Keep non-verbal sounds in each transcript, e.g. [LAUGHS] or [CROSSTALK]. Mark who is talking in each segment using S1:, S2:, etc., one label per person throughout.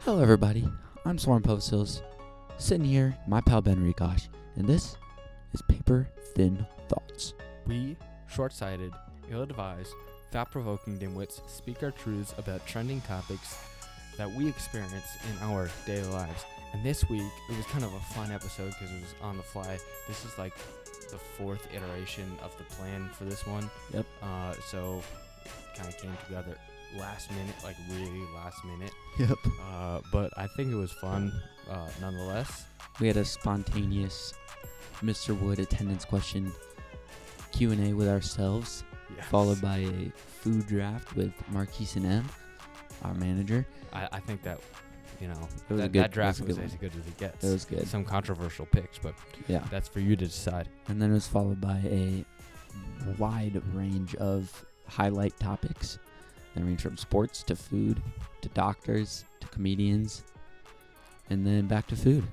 S1: Hello, everybody. I'm Swarm Post Hills, sitting here, my pal Ben Rikosh, and this is Paper Thin Thoughts.
S2: We, short sighted, ill advised, thought provoking dimwits speak our truths about trending topics that we experience in our daily lives. And this week, it was kind of a fun episode because it was on the fly. This is like the fourth iteration of the plan for this one.
S1: Yep.
S2: Uh, so, kind of came together last minute, like really last minute.
S1: Yep.
S2: Uh, but I think it was fun uh, nonetheless.
S1: We had a spontaneous Mr. Wood attendance question Q&A with ourselves, followed by a food draft with Marquise and M, our manager.
S2: I, I think that, you know,
S1: It was a
S2: that,
S1: good-
S2: that draft
S1: it
S2: was,
S1: was a good
S2: as good as it gets.
S1: That was good.
S2: Some controversial picks, but
S1: Yeah.
S2: that's for you to decide.
S1: And then it was followed by a wide range of highlight topics. They range from sports to food to doctors to comedians and then back to food.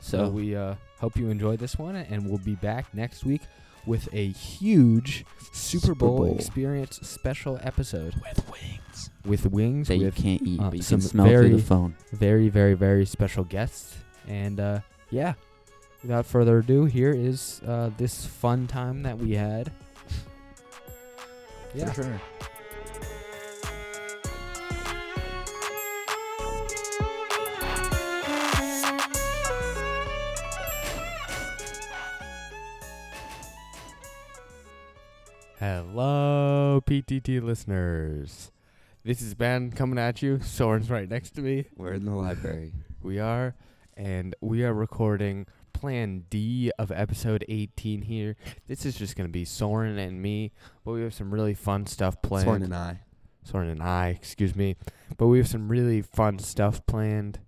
S2: So
S1: So-
S2: we uh, hope you enjoy this one, and we'll be back next week with a huge Super
S1: Super
S2: Bowl,
S1: Bowl.
S2: experience special episode
S1: With wings.
S2: with wings,
S1: That you
S2: with
S1: can't eat,
S2: uh,
S1: but you
S2: some
S1: can smell through
S2: very-
S1: the phone.
S2: very, very, very special guests. And uh, yeah, without further ado, here is uh, this fun time that we had. Yeah.
S1: sure.
S2: Hello, PTT listeners. This is Ben coming at you. Soren's right next to me.
S1: We're in the
S2: [LAUGHS]
S1: library.
S2: We are, and we are recording Plan D of episode 18 here. This is just going to be Soren and me, but we have some really fun stuff planned.
S1: Sworn and I. [LAUGHS]
S2: Soren and I, excuse me. But we have some really fun stuff planned,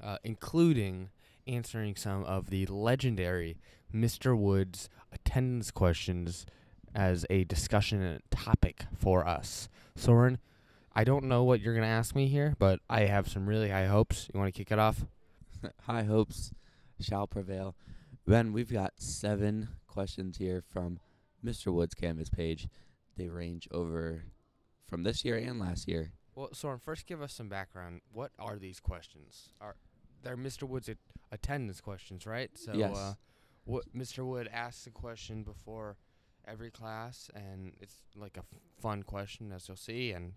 S2: uh, including answering some of the legendary Mr. Wood's attendance questions as a discussion and topic for us. Soren, I don't know what you're going to ask me here, but I have some really high hopes. You want to kick it off?
S1: High hopes shall prevail. Ben, we've got seven questions here from Mr. Wood's Canvas page. They range over from this year and last year.
S2: Well, Soren, first give us some background. What are these questions? Are they're Mr. Wood's at- attendance questions, right? So,
S1: Yes.
S2: uh, what Mr. Wood asks a question before every class, and it's like a f- fun question, as you'll see. And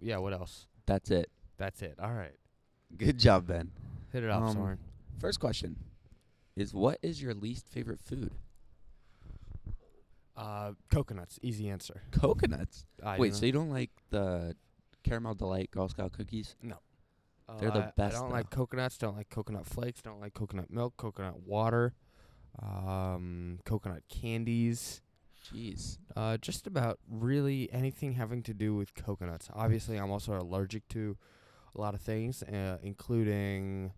S2: yeah, what else?
S1: That's it.
S2: That's it. All right,
S1: Good job, Ben.
S2: hit it off,
S1: Um,
S2: Soren.
S1: First question is what is your least favorite food?
S2: Uh, coconuts, easy answer.
S1: Coconuts.
S2: I
S1: Wait,
S2: don't-
S1: so you don't like the caramel delight Girl Scout cookies?
S2: uh,
S1: they're the
S2: I-
S1: best,
S2: I don't like coconuts. Don't like coconut flakes. Don't like coconut milk. Coconut water. Um, coconut candies.
S1: Jeez.
S2: Uh, just about really anything having to do with coconuts. Obviously, I'm also allergic to a lot of things, uh, including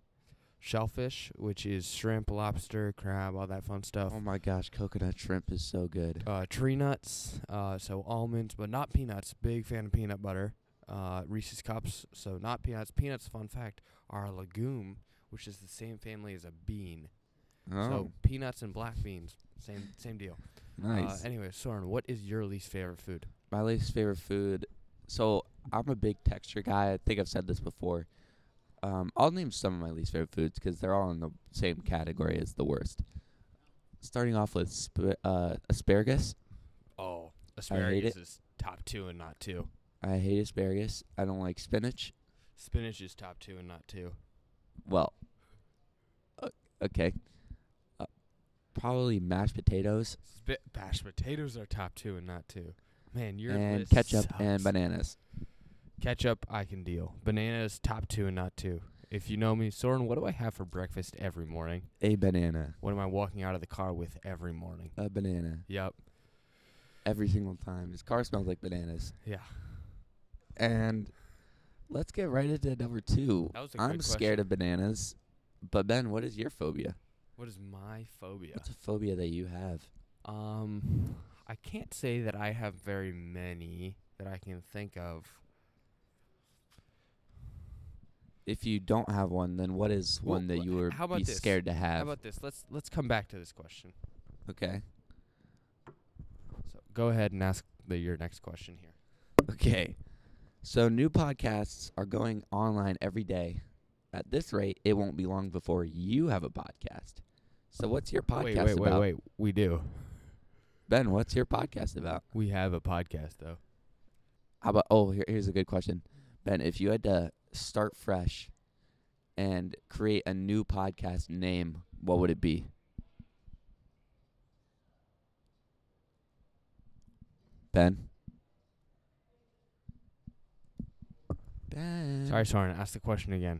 S2: shellfish, which is shrimp, lobster, crab, all that fun stuff.
S1: Oh my gosh, coconut shrimp is so good.
S2: Uh, tree nuts, uh, so almonds, but not peanuts. Big fan of peanut butter. Uh, Reese's cups, so not peanuts. Peanuts, fun fact, are a legume, which is the same family as a bean.
S1: Oh,
S2: So peanuts and black beans, same same deal.
S1: nice.
S2: Uh, anyway, Soren, what is your least favorite food?
S1: my least favorite food. So I'm a big texture guy. I think I've said this before. Um, I'll name some of my least favorite foods because they're all in the same category as the worst. Starting off with sp- uh, asparagus.
S2: Oh,
S1: hate
S2: asparagus
S1: it.
S2: is top two and not two.
S1: I hate asparagus. I don't like spinach.
S2: Spinach is top two and not two.
S1: Well, uh, okay. Uh, probably mashed potatoes
S2: Spi- mashed potatoes are top two and not two. Man, your
S1: and
S2: list
S1: ketchup and
S2: sucks.
S1: bananas.
S2: ketchup. I can deal. Bananas top two and not two. If you know me, Soren, what do I have for breakfast every morning?
S1: A banana.
S2: What am I walking out of the car with every morning?
S1: A banana.
S2: Yep.
S1: Every single time. His car smells like bananas.
S2: Yeah.
S1: And let's get right into number two.
S2: That was a
S1: I'm
S2: good
S1: scared of bananas. But Ben, what is your phobia?
S2: What is my phobia?
S1: What's a phobia that you have?
S2: Um, I can't say that I have very many that I can think of.
S1: If you don't have one, then what is
S2: Well,
S1: one that
S2: wh-
S1: you would
S2: how about
S1: be
S2: this?
S1: scared to have?
S2: How about this? Let's let's come back to this question.
S1: okay.
S2: So go ahead and ask the, your next question here.
S1: Okay. So new podcasts are going online every day. At this rate, it won't be long before you have a podcast. So what's your podcast
S2: wait, wait, wait,
S1: about?
S2: wait. We do.
S1: Ben, what's your podcast about?
S2: We have a podcast though.
S1: How about oh here, here's a good question. Ben, if you had to start fresh and create a new podcast name, what would it be? Ben? Ben
S2: Sorry, Soren. Ask the question again.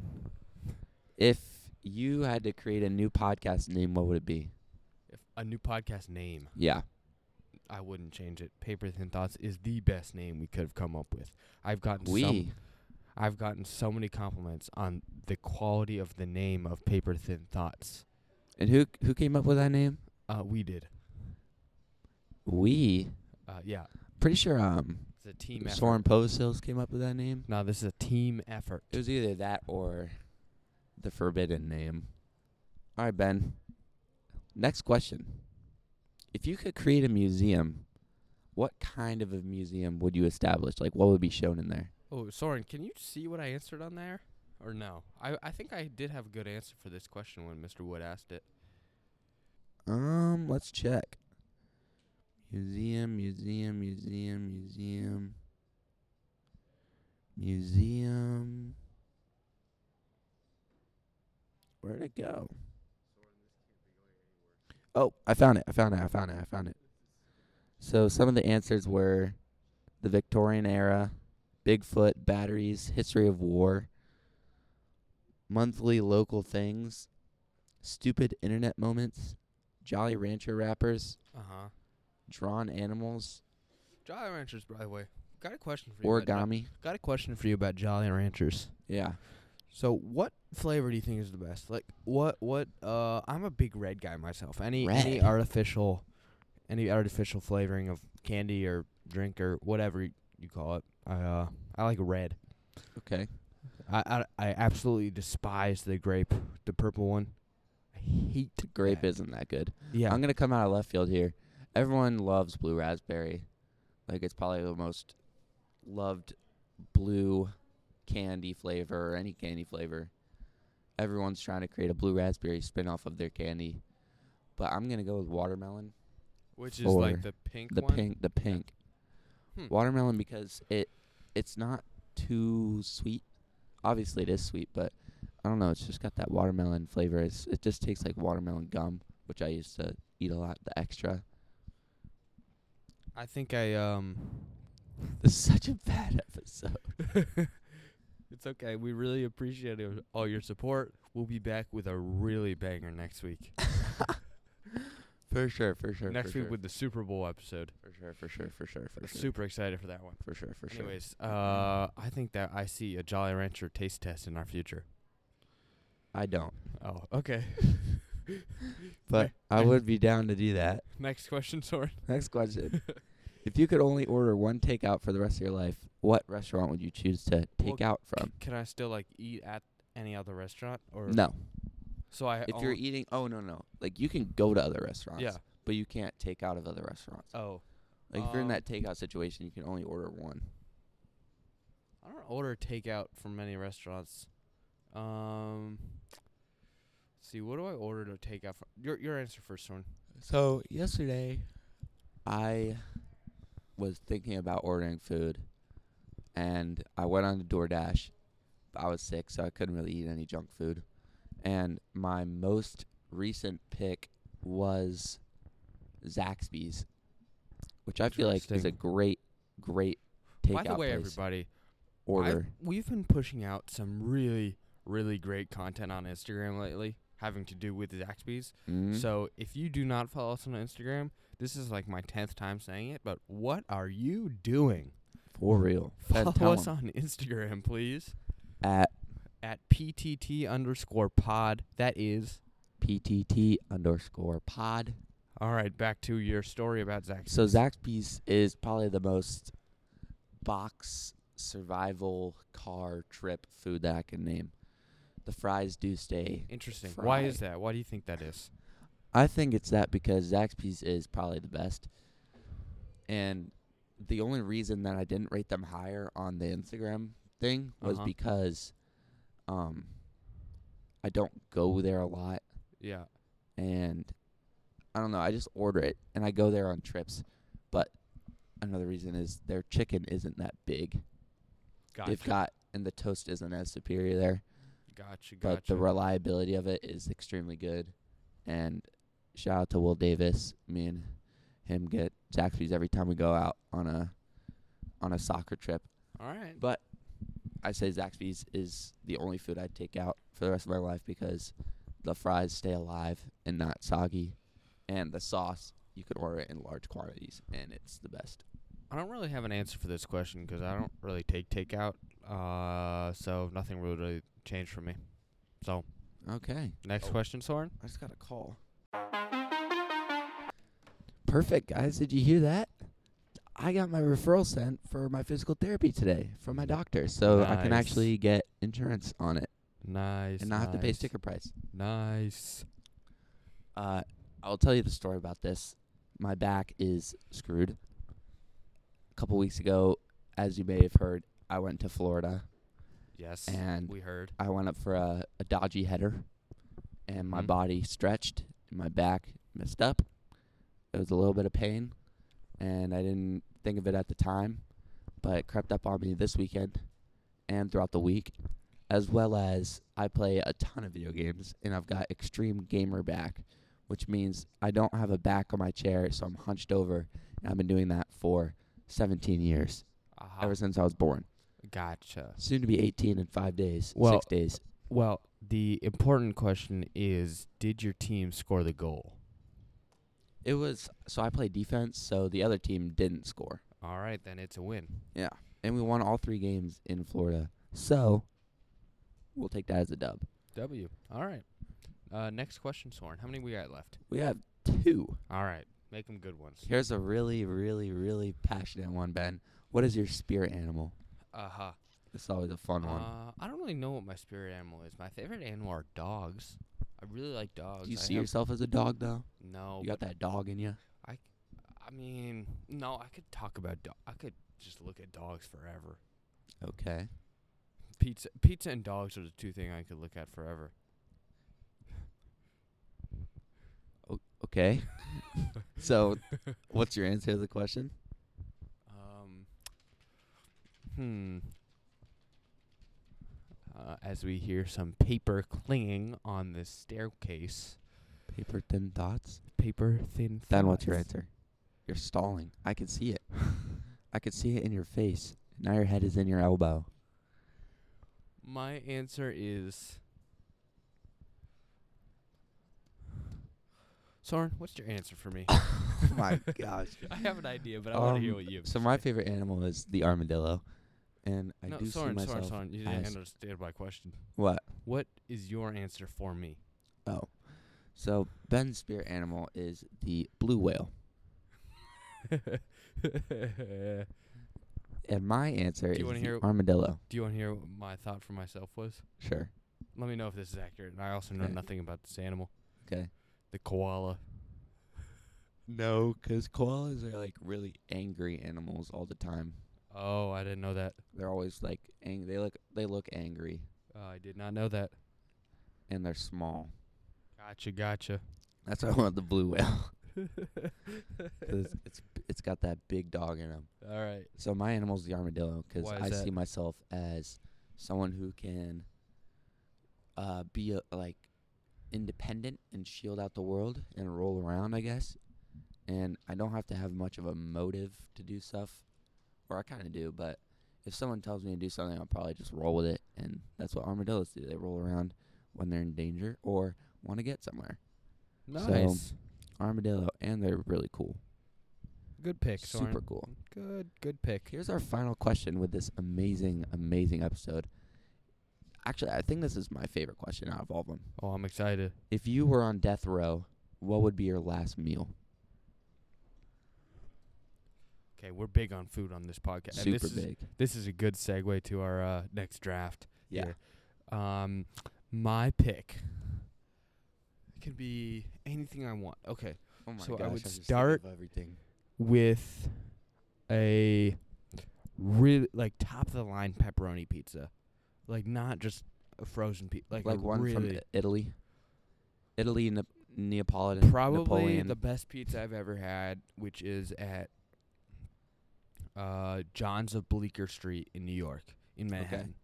S1: If you had to create a new podcast name, what would it be?
S2: If a new podcast name,
S1: Yeah.
S2: I wouldn't change it. Paper Thin Thoughts is the best name we could have come up with. I've gotten some
S1: We
S2: I've gotten so many compliments on the quality of the name of Paper Thin Thoughts.
S1: and who who came up with that name?
S2: Uh, we did.
S1: We
S2: Uh, yeah,
S1: pretty sure um
S2: it's a team effort.
S1: Soren Posehills came up with that name.
S2: No, this is a team effort.
S1: It was either that or the forbidden name. All right, Ben. Next question. If you could create a museum, what kind of a museum would you establish? Like, what would be shown in there?
S2: Oh, Soren, can you see what I answered on there? Or no? I, I think I did have a good answer for this question when Mr. Wood asked it.
S1: Um, let's check. Museum, museum, museum, museum. Museum. Where'd it go? Oh, I found it. I found it. I found it. I found it. So some of the answers were the Victorian era, Bigfoot, batteries, history of war, monthly local things, stupid internet moments, Jolly Rancher rappers,
S2: Uh huh.
S1: drawn animals,
S2: Jolly Ranchers, by the way. Got a question for you. about Jo-
S1: origami.
S2: got a question for you about Jolly Ranchers.
S1: Yeah.
S2: So, what flavor do you think is the best? Like, what, what, uh, I'm a big red guy myself. Any, any
S1: Red.
S2: artificial, any artificial flavoring of candy or drink or whatever y- you call it. I, uh, I like red.
S1: Okay.
S2: I, I, I absolutely despise the grape, the purple one. I hate
S1: The grape
S2: that.
S1: isn't that good.
S2: Yeah.
S1: I'm gonna come out of left field here. Everyone loves blue raspberry. Like it's probably the most loved blue candy flavor or any candy flavor. Everyone's trying to create a blue raspberry spin off of their candy. But I'm gonna go with watermelon.
S2: Which
S1: is like for
S2: the pink
S1: the pink the pink
S2: Hmm.
S1: watermelon because it it's not too sweet obviously it is sweet but i don't know it's just got that watermelon flavor it's, it just tastes like watermelon gum which i used to eat a lot the extra [LAUGHS]
S2: I think I um [LAUGHS]
S1: this is such a bad [LAUGHS] episode
S2: It's okay. We really appreciate it- all your support. We'll be back with a really banger next week.
S1: for sure for sure
S2: next
S1: for
S2: week
S1: sure.
S2: with the Super Bowl episode.
S1: for sure for sure for sure for sure
S2: Super excited for that one.
S1: for sure for sure
S2: Anyways, uh I think that I see a Jolly Rancher taste test in our future.
S1: i
S2: [LAUGHS]
S1: don't
S2: Oh, okay.
S1: but i would be down to do that
S2: Next question, Soren.
S1: next
S2: [LAUGHS]
S1: question if you could only order one takeout for the rest of your life what restaurant would you choose to
S2: Well,
S1: take out from
S2: Can I still like eat at any other restaurant or
S1: Um, no
S2: So I
S1: if you're
S2: only-
S1: eating oh no no like you can go to other restaurants
S2: Yeah.
S1: but you can't take out of other restaurants
S2: Oh.
S1: like if you're in
S2: um,
S1: that takeout situation you can only order one
S2: I don't order takeout from many restaurants. Um, let's see, what do I order to take out from? Your your answer first, Soren.
S1: so yesterday i was thinking about ordering food and i went on to doordash but i was sick so i couldn't really eat any junk food and my most recent pick was zaxby's which i feel like is a
S2: Interesting.
S1: great great takeout
S2: By the way,
S1: place
S2: everybody, I-
S1: order
S2: we've been pushing out some really really great content on Instagram lately, having to do with Zaxby's.
S1: Mhm.
S2: So if you do not follow us on Instagram, this is like my tenth time saying it, but what are you doing?
S1: For real.
S2: [LAUGHS] Follow us on Instagram, please,
S1: at
S2: at ptt underscore pod. That is
S1: PTT underscore pod.
S2: All right, back to your story about Zach.
S1: So Zaxby's is probably the most box survival car trip food that I can name. The fries do stay.
S2: interesting. Why is
S1: Fry.
S2: that? Why do you think that is?
S1: I think it's that because Zaxby's is probably the best. And the only reason that I didn't rate them higher on the Instagram thing was
S2: Uh-huh.
S1: because um I don't go there a lot
S2: Yeah.
S1: and I don't know, I just order it and I go there on trips. But another reason is their chicken isn't that big.
S2: Gotcha.
S1: They've got and the toast isn't as superior there.
S2: gotcha. Gotcha.
S1: But the reliability of it is extremely good. And shout out to Will Davis. Me and him get Zaxby's every time we go out on a on a soccer trip.
S2: All right.
S1: But I say Zaxby's is the only food I'd take out for the rest of my life because the fries stay alive and not soggy, and the sauce you can order it in large quantities and it's the best.
S2: I don't really have an answer for this question because I don't really take takeout. Uh, so nothing really, really changed for me. So
S1: Okay,
S2: next question, Soren.
S1: I just got a call. Perfect, guys. Did you hear that? I got my referral sent for my physical therapy today from my doctor, so I can
S2: Nice.
S1: actually get insurance on it
S2: Nice.
S1: and not have to pay
S2: nice,
S1: sticker price.
S2: Nice.
S1: Uh, I'll tell you the story about this. My back is screwed. A couple weeks ago, as you may have heard, I went to Florida
S2: Yes.
S1: and
S2: we heard.
S1: I went up for a, a dodgy header, and my
S2: Mhm.
S1: body stretched, and my back messed up. It was a little bit of pain, and I didn't think of it at the time, but it crept up on me this weekend and throughout the week, as well as I play a ton of video games, and I've got extreme gamer back, which means I don't have a back on my chair, so I'm hunched over, and I've been doing that for 17 years,
S2: Aha.
S1: ever since I was born.
S2: Gotcha.
S1: Soon to be 18 in five days,
S2: Well,
S1: six days.
S2: Well, the important question is, did your team score the goal?
S1: It was so I played defense, so the other team didn't score,
S2: All right, then it's a win.
S1: and we won all three games in Florida. So we'll take that as a dub.
S2: W. All right. Uh, next question, Soren. How many we got left?
S1: We have two.
S2: All right. Make them good ones.
S1: Here's a really, really, really passionate one, Ben. What is your spirit animal?
S2: Uh-huh.
S1: This is always a fun one.
S2: Uh, I don't really know what my spirit animal is. My favorite animal are dogs. I really like dogs.
S1: Do you
S2: I
S1: see
S2: have-
S1: yourself as a dog though?
S2: No.
S1: You got that dog in you.
S2: I mean, no. I could talk about. Do- I could just look at dogs forever.
S1: Okay.
S2: Pizza, pizza, and dogs are the two things I could look at forever. [LAUGHS]
S1: Okay. so, what's your answer to the
S2: [LAUGHS]
S1: question?
S2: Um. Hmm. Uh, as we hear some paper clinging on the staircase,
S1: Paper thin thoughts.
S2: paper thin.
S1: Then what's your
S2: thoughts.
S1: answer? You're stalling. I can see [LAUGHS] it. I could see it in your face. Now your head is in your elbow.
S2: My answer is. Soren, what's your answer for me?
S1: [LAUGHS] [LAUGHS] oh my gosh.
S2: [LAUGHS] I have an idea, but I want to hear
S1: Um,
S2: what you. have
S1: So
S2: to
S1: my
S2: say.
S1: favorite animal is the armadillo, and I
S2: no,
S1: do
S2: Soren,
S1: see
S2: Soren,
S1: myself.
S2: Soren, you didn't
S1: as-
S2: understand my question.
S1: What?
S2: What is your answer for me? [LAUGHS]
S1: Oh, so Ben's spirit animal is the blue whale,
S2: Do
S1: and my answer
S2: Do you
S1: is
S2: wanna
S1: the
S2: hear-
S1: armadillo.
S2: you want to hear what my thought for myself was?
S1: Sure.
S2: Let me know if this is accurate. And I also know
S1: Okay.
S2: nothing about this animal.
S1: Okay.
S2: The koala.
S1: No, because koalas are like really angry animals all the time.
S2: Oh, I didn't know that.
S1: They're always like ang- they look they look angry
S2: Uh, I did not know that.
S1: and they're small.
S2: Gotcha, [LAUGHS] gotcha.
S1: That's why I want the blue whale. [LAUGHS] 'Cause it's it's got that big dog in him.
S2: [LAUGHS] All right.
S1: So my animal's the armadillo because
S2: Why is
S1: I
S2: that?
S1: see myself as someone who can uh, be a, like independent and shield out the world and roll around, I guess. And I don't have to have much of a motive to do stuff, or I kind of do. But if someone tells me to do something, I'll probably just roll with it, and that's what armadillos do. They roll around when they're in danger or want to get somewhere. So-
S2: Nice.
S1: Armadillo, and they're really cool,
S2: good pick, Soren.
S1: super cool.
S2: Good, good pick.
S1: Here's our final question with this amazing, amazing episode. Actually, I think this is my favorite question out of all of them.
S2: Oh, I'm excited.
S1: If you were on death row, what would be your last meal?
S2: Okay, we're big on food on this podcast. and
S1: Super
S2: this Is,
S1: big.
S2: this is a good segue to our uh, next draft.
S1: Yeah.
S2: here. Um, my pick can be anything I want. Okay,
S1: Oh
S2: my So I gosh, would I just thought of start
S1: everything.
S2: with a really like top of the line pepperoni pizza, like not just a frozen pizza, like, a
S1: like one from
S2: really-
S1: I- Italy. Italy, Nap- Neapolitan,
S2: probably
S1: Napoleon.
S2: the best pizza I've ever had, which is at uh, John's of Bleecker Street in New York, in Manhattan.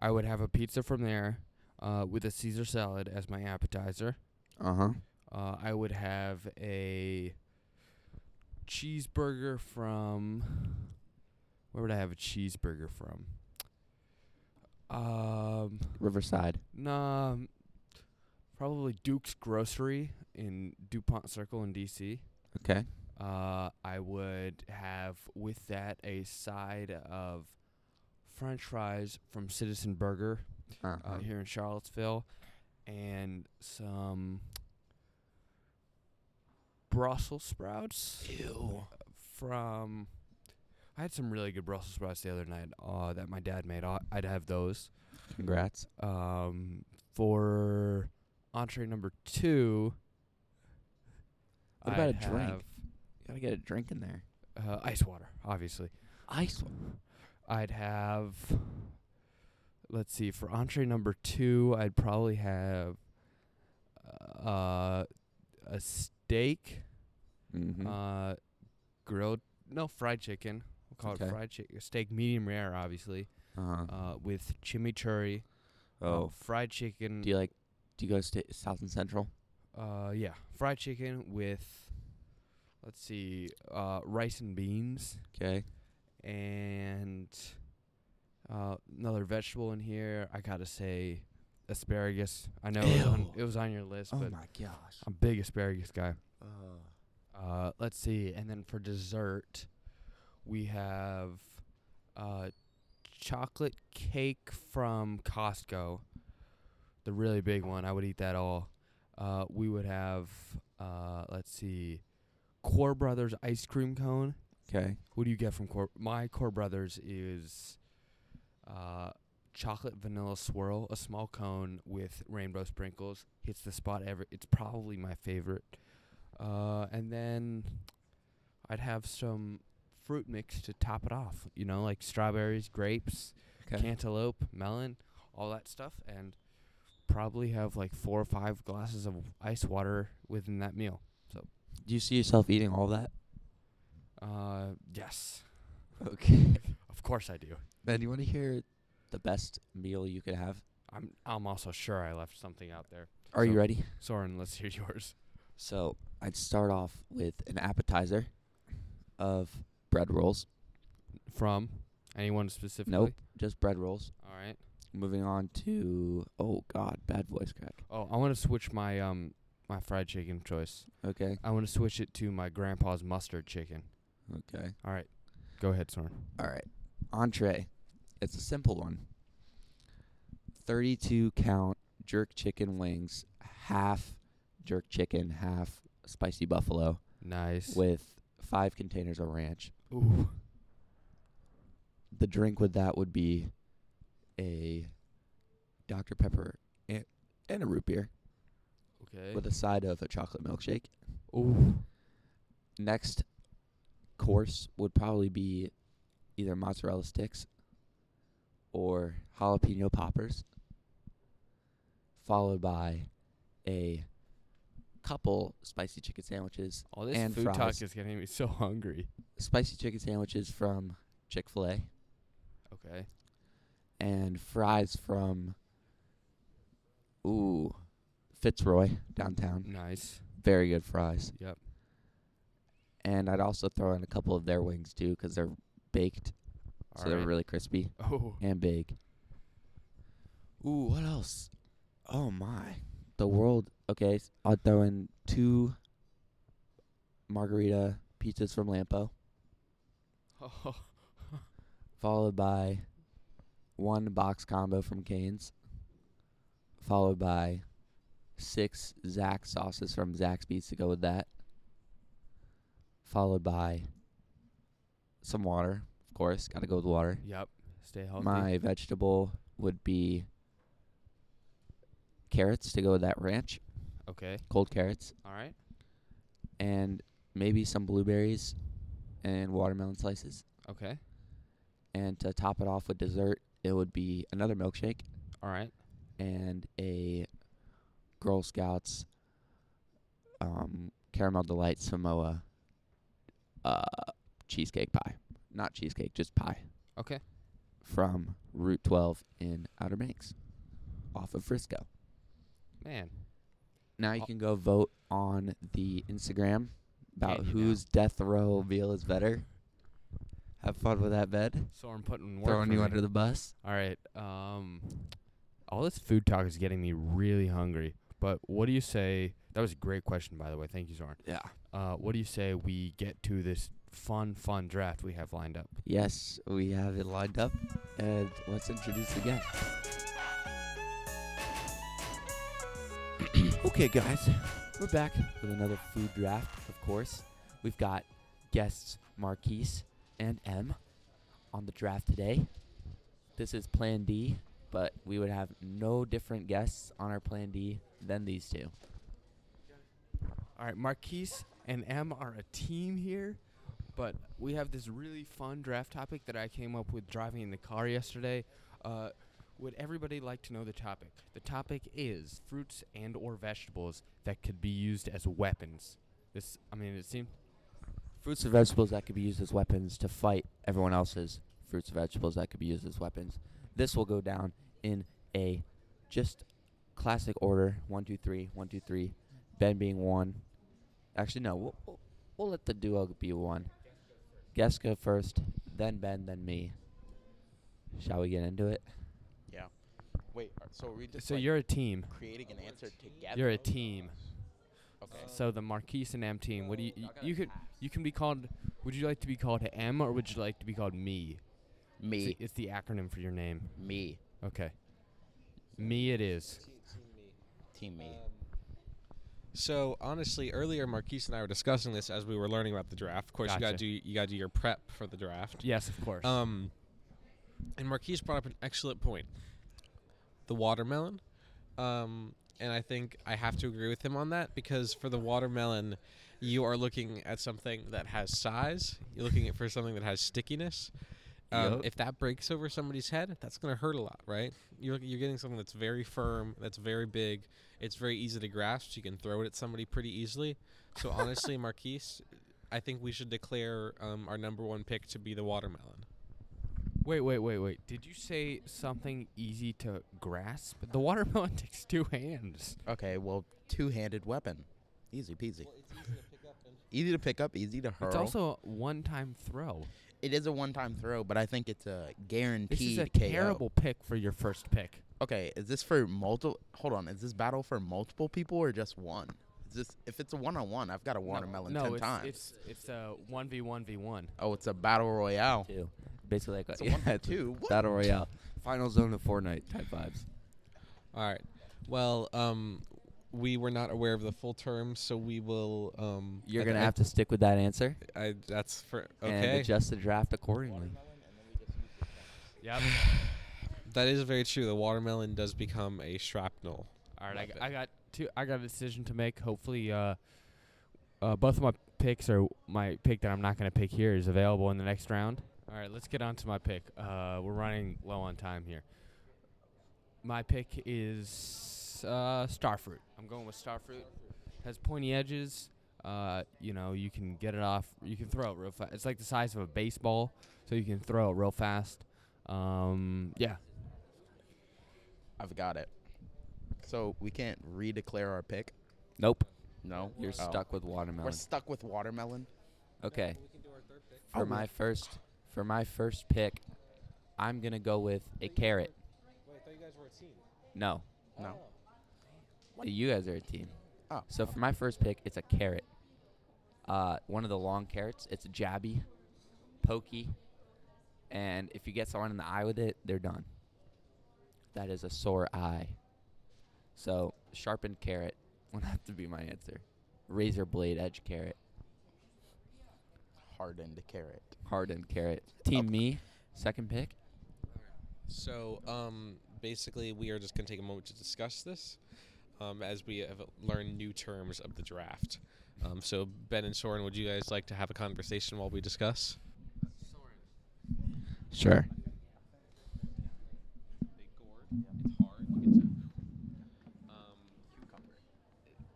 S2: I would have a pizza from there uh, with a Caesar salad as my appetizer.
S1: uh huh.
S2: Uh, I would have a cheeseburger from. Where would I have a cheeseburger from? Um,
S1: Riverside.
S2: nah, um, probably Duke's Grocery in Dupont Circle in D.C.
S1: Okay.
S2: Uh, I would have with that a side of French fries from Citizen Burger
S1: Uh-huh.
S2: uh, here in Charlottesville, and some Brussels sprouts
S1: Ew.
S2: from. I had some really good Brussels sprouts the other night uh, that my dad made. I- I'd have those
S1: Congrats.
S2: um, for entree number two.
S1: What about
S2: I'd
S1: a drink?
S2: have,
S1: gotta get a drink in there.
S2: Uh, ice water, obviously.
S1: Ice.
S2: I'd have. Let's see. For entree number two, I'd probably have uh, a steak,
S1: Mm-hmm.
S2: uh, grilled, no fried chicken. We'll call
S1: Okay.
S2: it fried chicken. Steak, medium rare, obviously,
S1: uh-huh.
S2: uh, with chimichurri. uh,
S1: oh.
S2: fried chicken.
S1: Do you like? Do you go sta South and Central?
S2: Uh, yeah, fried chicken with. Let's see, uh, rice and beans.
S1: Okay.
S2: and uh, another vegetable in here. I gotta say, asparagus. I know it was, on,
S1: Ew. Oh
S2: it was on your list, but
S1: gosh.
S2: I'm a big asparagus guy. Uh, let's see, and then for dessert, we have uh, chocolate cake from Costco, the really big one. I would eat that all. Uh, we would have, uh, let's see, Core Brothers ice cream cone.
S1: Okay.
S2: What do you get from Core? My Core Brothers is uh, chocolate vanilla swirl, a small cone with rainbow sprinkles. Hits the spot ever. It's probably my favorite. Uh, and then I'd have some fruit mix to top it off. You know, like strawberries, grapes,
S1: Okay.
S2: cantaloupe, melon, all that stuff, and probably have like four or five glasses of ice water within that meal.
S1: Do you see yourself eating all that?
S2: Uh, yes,
S1: [LAUGHS] Okay.
S2: of course I do.
S1: Then you want to hear the best meal you could have?
S2: I'm I'm also sure I left something out there.
S1: Are you
S2: So-
S1: ready?
S2: Soren, let's hear [LAUGHS] yours.
S1: So I'd start off with an appetizer of bread rolls,
S2: From anyone specifically?
S1: just bread rolls.
S2: All right.
S1: Moving on to oh god, bad voice crack.
S2: Oh, I want to switch my um my fried chicken choice.
S1: Okay,
S2: I want to switch it to my grandpa's mustard chicken.
S1: okay,
S2: All right. Go ahead, Soren.
S1: all right. Entree, it's a simple one. Thirty-two count jerk chicken wings, half jerk chicken, half spicy buffalo,
S2: Nice.
S1: with five containers of ranch.
S2: Ooh.
S1: the drink with that would be a Dr. Pepper and, and a root beer
S2: Okay.
S1: with a side of a chocolate milkshake.
S2: Ooh.
S1: Next course would probably be either mozzarella sticks or jalapeno poppers, followed by a couple spicy chicken sandwiches.
S2: All this
S1: And
S2: food
S1: fries.
S2: talk is getting me so hungry.
S1: Spicy chicken sandwiches from Chick fil A.
S2: Okay.
S1: and fries from ooh Fitzroy downtown.
S2: Nice.
S1: Very good fries.
S2: Yep.
S1: And I'd also throw in a couple of their wings too cuz they're baked,
S2: All
S1: so they're
S2: right.
S1: really crispy
S2: Oh. [LAUGHS]
S1: and big. Ooh, what else? Oh my. The world. Okay, s- I'd throw in two margarita pizzas from Lampo
S2: Oh.
S1: followed by one box combo from Canes, followed by six Zax sauces from Zaxby's to go with that, followed by some water, of course, gotta go with water.
S2: Yep. Stay healthy.
S1: My vegetable would be carrots to go with that ranch,
S2: okay.
S1: cold carrots,
S2: All right.
S1: and maybe some blueberries and watermelon slices.
S2: Okay.
S1: And to top it off with dessert, it would be another milkshake
S2: All right.
S1: and a Girl Scouts um, caramel delight Samoa uh, cheesecake pie. Not cheesecake, just pie
S2: Okay.
S1: from Route 12 in Outer Banks, off of Frisco.
S2: Man.
S1: Now you
S2: Oh.
S1: can go vote on the Instagram about
S2: Can you now?
S1: whose death row meal is better. Have fun with that bed.
S2: So I'm putting work
S1: Throwing
S2: for
S1: you
S2: me.
S1: under the bus.
S2: All right. Um, all this food talk is getting me really hungry. But what do you say? That was a great question, by the way. Thank you, Zorn.
S1: Yeah.
S2: Uh, what do you say we get to this fun, fun draft we have lined up?
S1: Yes, we have it lined up, and let's introduce the guest. [CLEARS THROAT] okay, guys, we're back with another food draft. Of course, we've got guests Marquise and M on the draft today. This is Plan D, but we would have no different guests on our Plan D than these two.
S2: All right, Marquise and M are a team here, but we have this really fun draft topic that I came up with driving in the car yesterday. Uh, would everybody like to know the topic? The topic is fruits and or vegetables that could be used as weapons. This, I mean, it seems
S1: Fruits and vegetables that could be used as weapons to fight everyone else's fruits and vegetables that could be used as weapons. This will go down in a just classic order: one, two, three, one, two, three. Ben being one. Actually, no. We'll, we'll, we'll let the duo be one. Guess go first, then Ben, then me. Shall we get into it?
S3: Yeah. Wait, are- so are we just
S2: so.
S3: like,
S2: You're a team.
S3: creating an answer together?
S2: You're a team.
S3: okay.
S2: So the Marquise and M team. What do you, you, you could you can be called? Would you like to be called M or would you like to be called me? It's
S3: me,
S2: the- it's the acronym for your name.
S3: me,
S2: Okay. Me it is.
S3: team me.
S4: So honestly, earlier Marquise and I were discussing this as we were learning about the draft. Of course, you
S2: Gotcha.
S4: gotta do you gotta do your prep for the draft.
S2: Yes, of course.
S4: Um, and Marquise brought up an excellent point: the watermelon. Um, and I think I have to agree with him on that because for the watermelon, you are looking at something that has size. You're looking at for something that has stickiness. Um,
S2: Yup.
S4: If that breaks over somebody's head, that's going to hurt a lot, right? You're, you're getting something that's very firm, that's very big. It's very easy to grasp. You can throw it at somebody pretty easily. So honestly, Marquise, I think we should declare um, our number one pick to be the watermelon.
S2: wait, wait, wait, wait. Did you say something easy to grasp? The watermelon [LAUGHS] takes two hands.
S3: Okay, well, two-handed weapon, easy peasy. [LAUGHS] easy to pick up, easy to hurl.
S2: It's also a one-time throw.
S3: it is a one-time throw, but I think it's a guaranteed
S2: This is a
S3: KO.
S2: terrible pick for your first pick.
S3: Okay, is this for multiple? Hold on, is this battle for multiple people or just one? Is this if it's a one-on-one? I've got a watermelon
S2: no,
S3: ten
S2: it's,
S3: times.
S2: it's it's a one v one v one.
S3: oh, it's a battle royale.
S1: Two. Basically, like
S3: It's a
S1: yeah,
S3: one
S1: [LAUGHS]
S3: for
S1: it's a
S3: two. What?
S1: battle royale, final zone of Fortnite type vibes.
S4: All right. Well, um, we were not aware of the full term, so we will. Um,
S1: You're
S4: I-
S1: gonna
S4: I-
S1: have to stick with that answer
S4: I, that's for
S1: and
S4: okay.
S1: adjust the draft accordingly.
S2: Yep.
S4: That is very true. The watermelon does become a shrapnel.
S2: All right, I,
S4: Love
S2: g-
S4: it.
S2: I got two. I got a decision to make. Hopefully, uh, uh, both of my picks or my pick that I'm not gonna pick here is available in the next round. All right, let's get on to my pick. Uh, we're running low on time here. My pick is uh, starfruit. I'm going with starfruit. Has pointy edges. Uh, you know, you can get it off. You can throw it real fast. It's like the size of a baseball, so you can throw it real fast. Um, yeah.
S3: I've got it. So we can't redeclare our pick.
S1: Nope,
S3: No,
S1: you're
S3: Oh.
S1: stuck with
S3: We're
S1: watermelon.
S3: stuck with watermelon.
S1: Okay.
S3: Oh,
S1: For
S3: we-
S1: my first for my first pick, I'm gonna go with a carrot. No.
S3: No.
S1: You guys are a team.
S3: Oh.
S1: So for my first pick, it's a carrot. Uh, one of the long carrots. It's jabby, pokey, and if you get someone in the eye with it, they're done. That is a sore eye. So sharpened carrot [LAUGHS] would have to be my answer. Razor blade edge carrot,
S3: Hardened carrot.
S1: hardened carrot. Team
S3: Okay.
S1: me, second pick.
S4: So um, basically, we are just going to take a moment to discuss this um, as we have learned new terms of the draft. Um, so Ben and Soren, would you guys like to have a conversation while we discuss?
S1: Sure.
S4: They gourd. It's hard. It's a um, cucumber.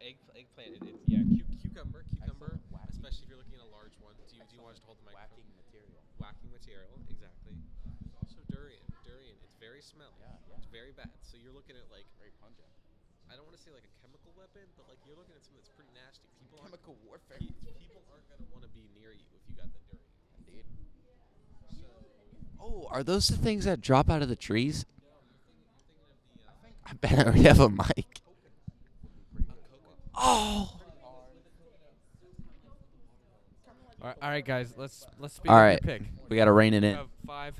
S4: Egg, eggplant. It, it's, yeah, cu- cucumber. Cucumber. Especially if you're looking at a large one. Do you, do you want us to hold the microphone? Whacking material. Whacking material. Exactly. There's also durian. Durian. It's very smelly. Yeah, It's very bad. So you're looking at like. Very pungent. I don't want to say like a chemical weapon, but like you're looking at something that's pretty nasty. People aren't,
S3: Chemical warfare.
S4: pe- people aren't gonna want to be near you if you got the durian.
S3: Indeed.
S1: Oh, are those the things that drop out of the trees? I bet I already [LAUGHS] have a mic. Oh.
S2: All right, all right guys, let's let's speak
S1: All
S2: up
S1: right.
S2: your pick.
S1: We gotta rein it
S2: You
S1: in.
S2: have five,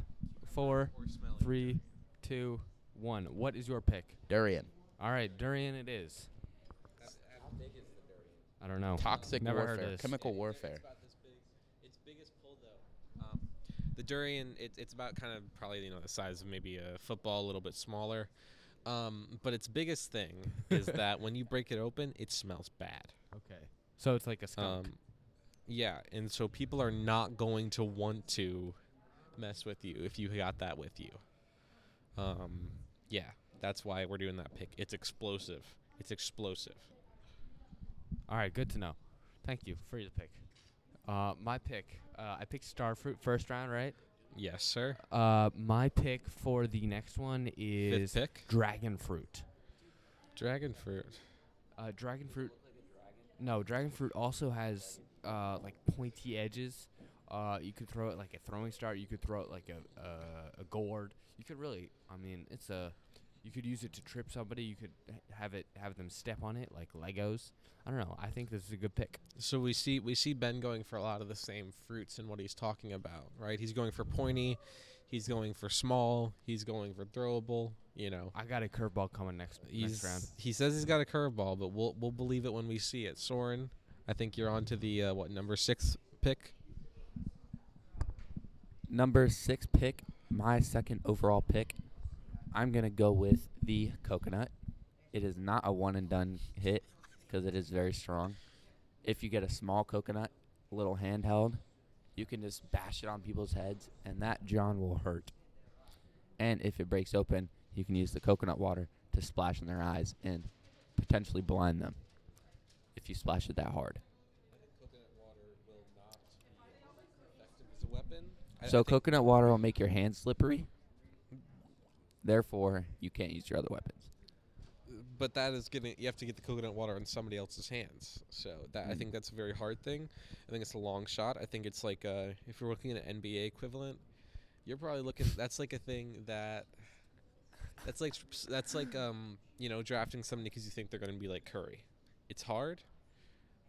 S2: four, three, two, one. What is your pick?
S3: Durian.
S2: All right, durian it is. I don't know.
S3: Toxic
S2: Never heard
S3: warfare.
S2: this.
S3: Chemical warfare.
S4: It's about this big. Its biggest pull though. Um, the durian, it, it's about kind of probably you know the size of maybe a football, a little bit smaller. Um, but its biggest thing is that when you break it open, it smells bad.
S2: Okay. So it's like a skunk.
S4: Um, yeah, and so people are not going to want to mess with you if you got that with you. Um, yeah, that's why we're doing that pick. It's explosive. It's explosive.
S2: All right, good to know. Thank you for your pick. Uh, my pick. Uh, I picked starfruit first round, right?
S4: Yes, sir.
S2: Uh, my pick for the next one
S4: Fifth
S2: is
S4: pick.
S2: dragon fruit.
S4: Dragon fruit.
S2: Uh, dragon fruit. No, dragon fruit also has uh, like pointy edges. Uh, you could throw it like a throwing star. You could throw it like a uh, a gourd. You could really, I mean, it's a. You could use it to trip somebody. You could h- have it have them step on it like Legos. I don't know. I think this is a good pick.
S4: So we see we see Ben going for a lot of the same fruits and what he's talking about, right? He's going for pointy, he's going for small, he's going for throwable. You know,
S2: I got a curveball coming next
S1: Uh,
S4: he's
S2: next round.
S4: he says he's got a curveball, but we'll we'll believe it when we see it. Soren, I think you're on to the uh, what number six pick.
S1: Number six pick, my second overall pick. I'm gonna go with the coconut. It is not a one and done hit because it is very strong. If you get a small coconut, little handheld, you can just bash it on people's heads, and that John will hurt. And if it breaks open, you can use the coconut water to splash in their eyes and potentially blind them if you splash it that hard.
S4: Coconut water will not be effective as a weapon.
S1: So coconut water will make your hands slippery. Therefore, you can't use your other weapons.
S4: but that is getting you have to get the coconut water on somebody else's hands. So that I
S2: Hmm.
S1: Mm.
S4: think that's a very hard thing. I think it's a long shot. I think it's like uh, if you're looking at an NBA equivalent, you're probably looking. That's like a thing that that's like that's like um you know drafting somebody because you think they're going to be like Curry. It's hard,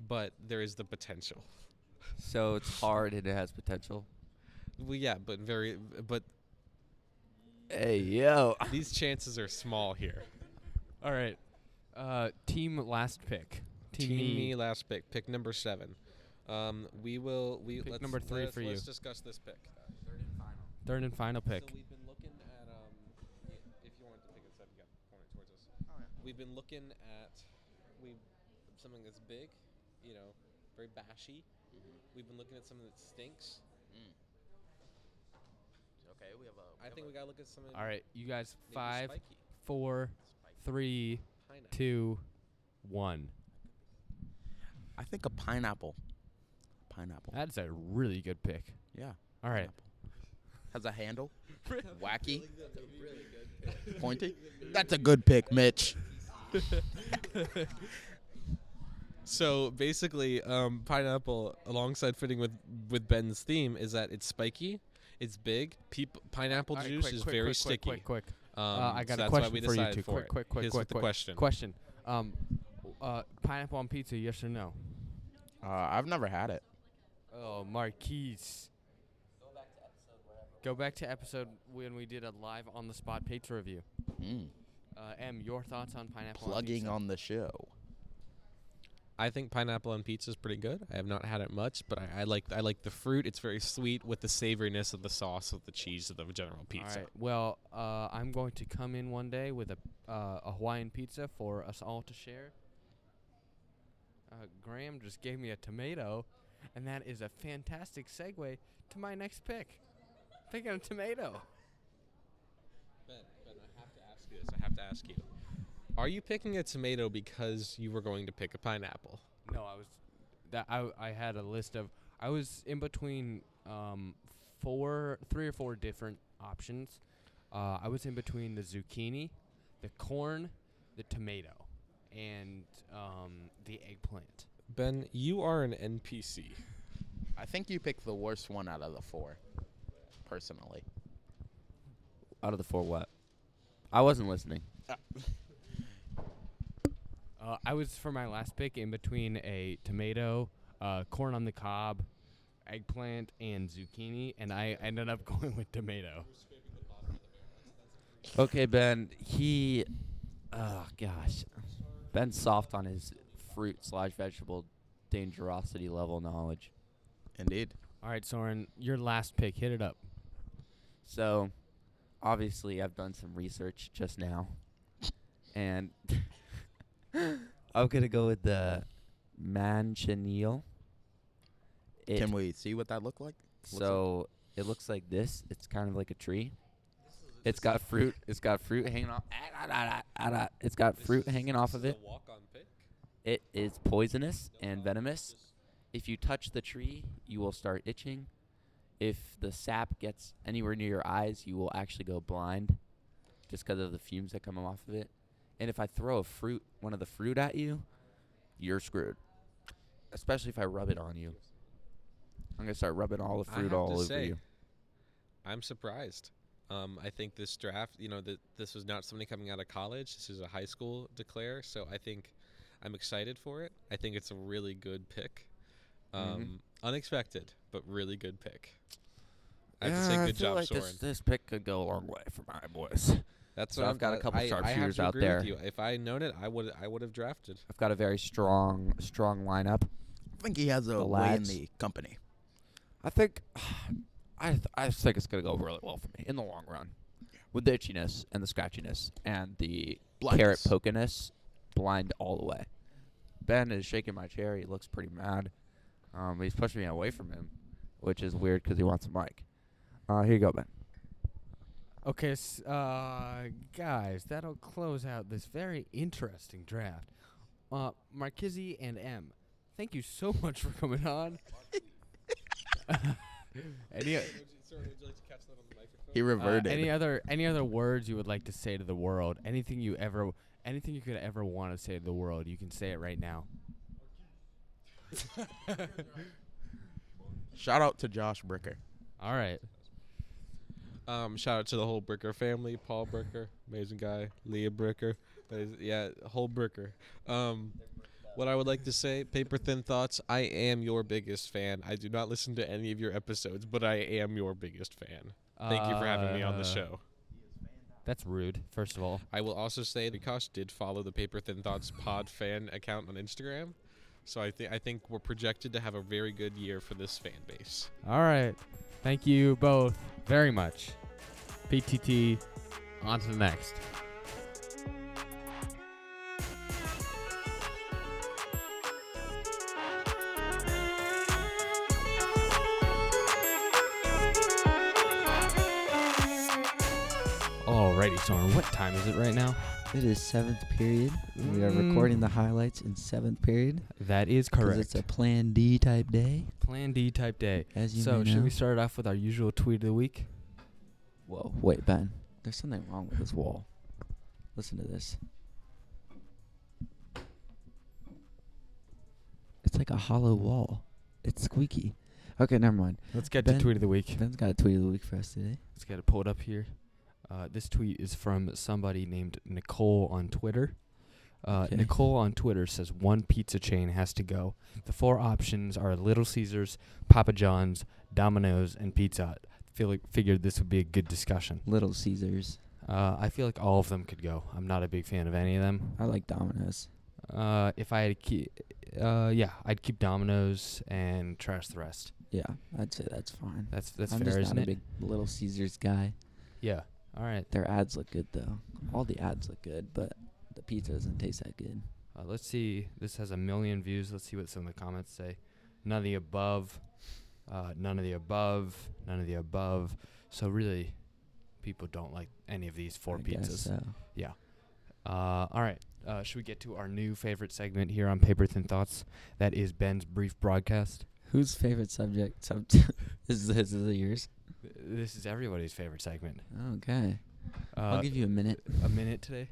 S4: but there is the potential.
S1: So it's hard and it has potential.
S4: Well, yeah, but very but
S1: Hey yo.
S2: [LAUGHS]
S4: these chances are small here.
S2: All right. Uh, team last pick.
S4: Team, me last pick, pick number seven. Um, we will we
S2: Pick
S4: let's,
S2: number three
S4: let's,
S2: for you.
S4: Let's discuss this pick.
S2: Third and final pick.
S4: So we've been looking at um, i- if you wanted to pick it up, you got to point it towards us. We've been looking at we something that's big, you know, very bashy.
S2: Mm-hmm.
S4: We've been looking at something that stinks.
S2: Mm.
S3: Okay, we have a.
S4: I think we gotta look at something.
S2: All right, you guys.
S4: maybe
S2: Five,
S4: spiky,
S2: four, three,
S4: pineapple.
S2: two, one.
S3: I think a pineapple. Pineapple.
S2: That's a really good pick.
S3: yeah.
S2: All right.
S3: Has a handle. Wacky.
S2: [LAUGHS]
S3: Pointy. That's a good pick, Mitch.
S4: So basically, um, pineapple, alongside fitting with with Ben's theme, is that it's spiky, it's big. Peop- pineapple
S2: All right,
S4: juice
S2: quick,
S4: is
S2: quick,
S4: very
S2: quick,
S4: sticky.
S2: Quick, quick, quick.
S4: Um,
S2: uh, I
S4: so
S2: got a
S4: that's why we
S2: question for you
S4: decided
S2: too.
S4: for
S2: quick,
S4: it.
S2: quick, quick,
S4: Here's
S2: quick,
S4: with the
S2: quick.
S4: question.
S2: Question. Um, uh, pineapple on pizza? Yes or no?
S3: Uh, I've never had it.
S2: Oh, Marquise. Go back to episode when we did a live on the spot pizza review.
S3: Mm.
S2: Uh, M, your thoughts on pineapple
S3: Plugging
S2: on
S3: on the show.
S4: I think pineapple on pizza is pretty good. I have not had it much, but I, I like I like the fruit. It's very sweet with the savoriness of the sauce of the cheese of the general
S2: pizza?
S4: pizza.
S2: All right. Well, uh, I'm going to come in one day with a uh, a Hawaiian pizza for us all to share. uh, Graham just gave me a tomato, and that is a fantastic segue to my next pick. Picking a tomato.
S4: Ben, Ben, I have to ask you this. I have to ask you. Are you picking a tomato because you were going to pick a pineapple?
S2: No, I was that I I had a list of I was in between um four three or four different options. Uh, I was in between the zucchini, the corn, the tomato, and um, the eggplant.
S4: Ben, you are an NPC.
S3: I think you picked the worst one out of the four, personally.
S1: Out of the four, what? I wasn't listening.
S2: Uh, I was for my last pick in between a tomato, uh, corn on the cob, eggplant, and zucchini, and I ended up [LAUGHS] going with tomato.
S1: Okay, Ben. He, oh gosh, Ben's soft on his fruit slash vegetable dangerosity level knowledge.
S3: Indeed.
S2: All right, Soren, your last pick, hit it up.
S1: So, obviously, I've done some research just now, and [LAUGHS] I'm gonna go with the manchineel. It-
S3: Can we see what that looked like? What's
S1: So it looks like this. It's kind of like a tree. It's got fruit. It's got fruit hanging off. ah, da, da, da, ah, da. It's got fruit hanging off of it.
S4: walk-on pick.
S1: It is poisonous and venomous. If you touch the tree, you will start itching. If the sap gets anywhere near your eyes, you will actually go blind just because of the fumes that come off of it. And if I throw a fruit, one of the fruit at you, you're screwed. Especially if I rub it on you. I'm going to start rubbing all the
S4: I have
S1: fruit all
S4: to
S1: over
S4: say,
S1: you.
S4: I'm surprised. Um, I think this draft, you know, that this was not somebody coming out of college. This is a high school declare, so I think I'm excited for it. I think it's a really good pick.
S1: Mm-hmm.
S4: Um, Unexpected, but really good pick. I have to say,
S1: Yeah,
S4: good
S1: I feel
S4: job,
S1: like
S4: Soren.
S1: This, this pick could go a long way for my boys.
S4: That's
S1: so
S4: what
S1: I've
S4: I'm-
S1: got a couple
S4: I- I have
S1: sharpshooters
S4: to
S1: out
S4: agree with
S1: there.
S4: you. If I had known it, I would I would have drafted.
S1: I've got a very strong, strong lineup.
S3: I think he has a
S1: The
S3: way in
S1: lads.
S3: the company.
S1: I think, [SIGHS] I th- I just think it's gonna go really well for me in the long run, with the itchiness and the scratchiness and the carrot
S3: Blindness.
S1: pokiness, blind all the way. Ben is shaking my chair. He looks pretty mad. Um, he's pushing me away from him, which is weird because he wants a mic. Uh, here you go, Ben.
S2: Okay, s- uh, guys, that'll close out this very interesting draft. Uh, Marchese and M, thank you so [LAUGHS] much for coming on. [LAUGHS] any,
S3: He
S2: uh,
S3: reverted.
S2: any other any other words you would like to say to the world? Anything you ever anything you could ever want to say to the world, you can say it right now.
S3: Shout out to Josh Bricker.
S2: All right.
S4: Um, shout out to the whole Bricker family, Paul Bricker, amazing guy, Leah Bricker, amaz- yeah, whole Bricker. Um, what I would like to say, paper thin thoughts. I am your biggest fan. I do not listen to any of your episodes, but I am your biggest fan. Thank you for having me on the
S2: Uh,
S4: show.
S2: That's rude, first of all.
S4: I will also say that Kosh did follow the Paper Thin Thoughts pod fan account on Instagram, so I think I think we're projected to have a very good year for this fan base.
S2: All right. Thank you both very much. PTT, on to the next. Alrighty, Soren, what time is it right now?
S5: It is seventh period. We are
S2: Mm.
S5: recording the highlights in seventh period.
S2: That is
S5: 'cause
S2: correct.
S5: It's a Plan D type day,
S2: Plan D type day.
S5: as you
S2: So,
S5: may
S2: should
S5: know.
S2: we start off with our usual tweet of the week?
S5: Whoa, wait, Ben. There's something wrong with this wall. Listen to this. It's like a hollow wall. It's squeaky. Okay, never mind.
S2: Let's get
S5: Ben-
S2: to tweet of the week.
S5: Ben's got a tweet of the week for us today.
S2: Let's get it pulled up here. Uh, this tweet is from somebody named Nicole on Twitter. Uh,
S5: Okay.
S2: Nicole on Twitter says one pizza chain has to go. The four options are Little Caesars, Papa John's, Domino's, and Pizza Hut. Feel like, figured this would be a good discussion.
S5: Little Caesars.
S2: Uh, I feel like all of them could go. I'm not a big fan of any of them.
S5: I like Domino's.
S2: Uh, if I had to keep, uh, yeah, I'd keep Domino's and trash the rest.
S5: Yeah, I'd say that's fine.
S2: That's that's
S5: I'm
S2: fair,
S5: just
S2: isn't
S5: not
S2: it?
S5: a big Little Caesars guy.
S2: yeah. All right.
S5: Their ads look good though. All the ads look good, but the pizza doesn't taste that good.
S2: Uh, let's see. This has a million views. Let's see what some of the comments say. None of the above. Uh, none of the above. None of the above. So really, people don't like any of these four
S5: I guess
S2: pizzas.
S5: so.
S2: Uh, all right. Uh, should we get to our new favorite segment here on Paper Thin Thoughts? That is Ben's brief broadcast.
S5: Whose favorite subject? Sub- [LAUGHS] is this is it yours?
S2: Th- This is everybody's favorite segment.
S5: Okay,
S2: Uh,
S5: I'll give you a minute.
S2: a minute today.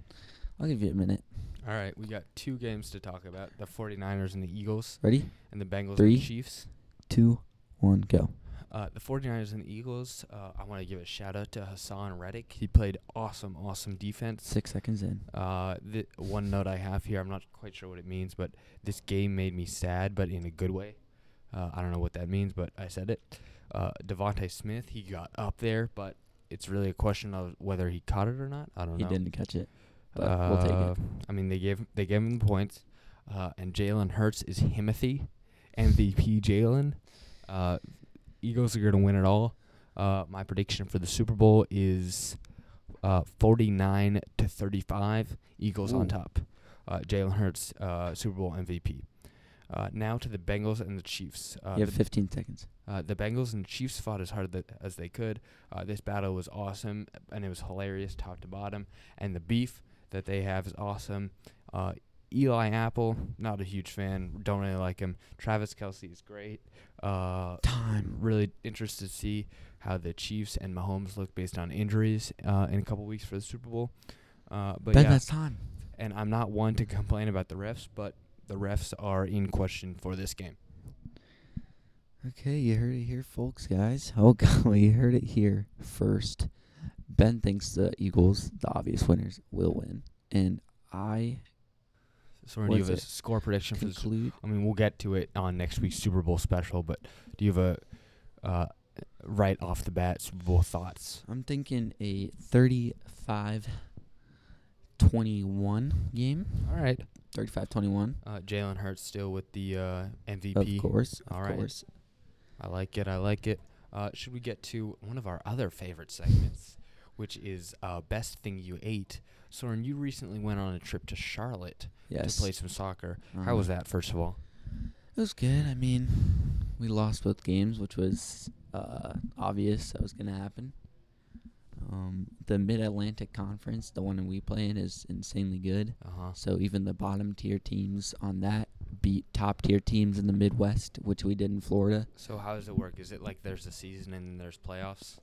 S5: I'll give you a minute.
S2: All right, we got two games to talk about: the 49ers and the Eagles,
S5: Ready?
S2: and the Bengals
S5: Three.
S2: and the Chiefs.
S5: Two, one, go.
S2: Uh, the 49ers and the Eagles. Uh, I want to give a shout out to Hassan Reddick. He played awesome, awesome defense.
S5: Six seconds in.
S2: Uh, the one note I have here, I'm not quite sure what it means, but this game made me sad, but in a good way. Uh, I don't know what that means, but I said it. Uh, Devontae Smith, he got up there, but it's really a question of whether he caught it or not. I don't
S5: He
S2: know.
S5: didn't catch it. but we'll take it.
S2: Uh, I mean, they gave they gave him the points, uh, and Jalen Hurts is Himothy, MVP Jalen. Uh, Eagles are going to win it all. Uh, my prediction for the Super Bowl is uh, 49 to 35. Eagles on
S5: Ooh.
S2: top. Uh, Jalen Hurts, uh, Super Bowl MVP. Uh, now to the Bengals and the Chiefs. Uh,
S5: you
S2: the
S5: have 15 seconds.
S2: uh, the Bengals and Chiefs fought as hard th- as they could. Uh, this battle was awesome and it was hilarious top to bottom. And the beef that they have is awesome. Uh, Eli Apple, not a huge fan, don't really like him. Travis Kelsey is great. Uh,
S5: Time.
S2: really interested to see how the Chiefs and Mahomes look based on injuries uh, in a couple weeks for the Super Bowl. Uh, but
S5: ben,
S2: yeah,
S5: that's time.
S2: and I'm not one to [LAUGHS] complain about the refs, but the refs are in question for this game.
S5: Okay, you heard it here, folks, guys. [LAUGHS] Oh, golly, you heard it here first. Ben thinks the Eagles, the obvious winners, will win. And I
S2: So we're gonna
S5: Was
S2: give a
S5: it
S2: score prediction for the Super
S5: conclude.
S2: I mean, we'll get to it on next week's Super Bowl special, but do you have a uh, right off the bat Super Bowl thoughts?
S5: I'm thinking a 35 21 game.
S2: All right.
S5: 35 21.
S2: Uh, Jalen Hurts still with the uh,
S5: Of
S2: MVP.
S5: course. Of
S2: All right.
S5: course.
S2: I like it. I like it. Uh, should we get to one of our other favorite segments, which is uh, Best Thing You Ate? Soren, you recently went on a trip to Charlotte
S5: Yes.
S2: to play some soccer. How
S5: Um,
S2: was that, first of all?
S5: It was good. I mean, we lost both games, which was uh, obvious that was going to happen. Um, the Mid Atlantic Conference, the one that we play in, is insanely good.
S2: Uh huh.
S5: So even the bottom tier teams on that beat top tier teams in the Midwest, which we did in Florida.
S2: So how does it work? Is it like there's a season and then there's playoffs?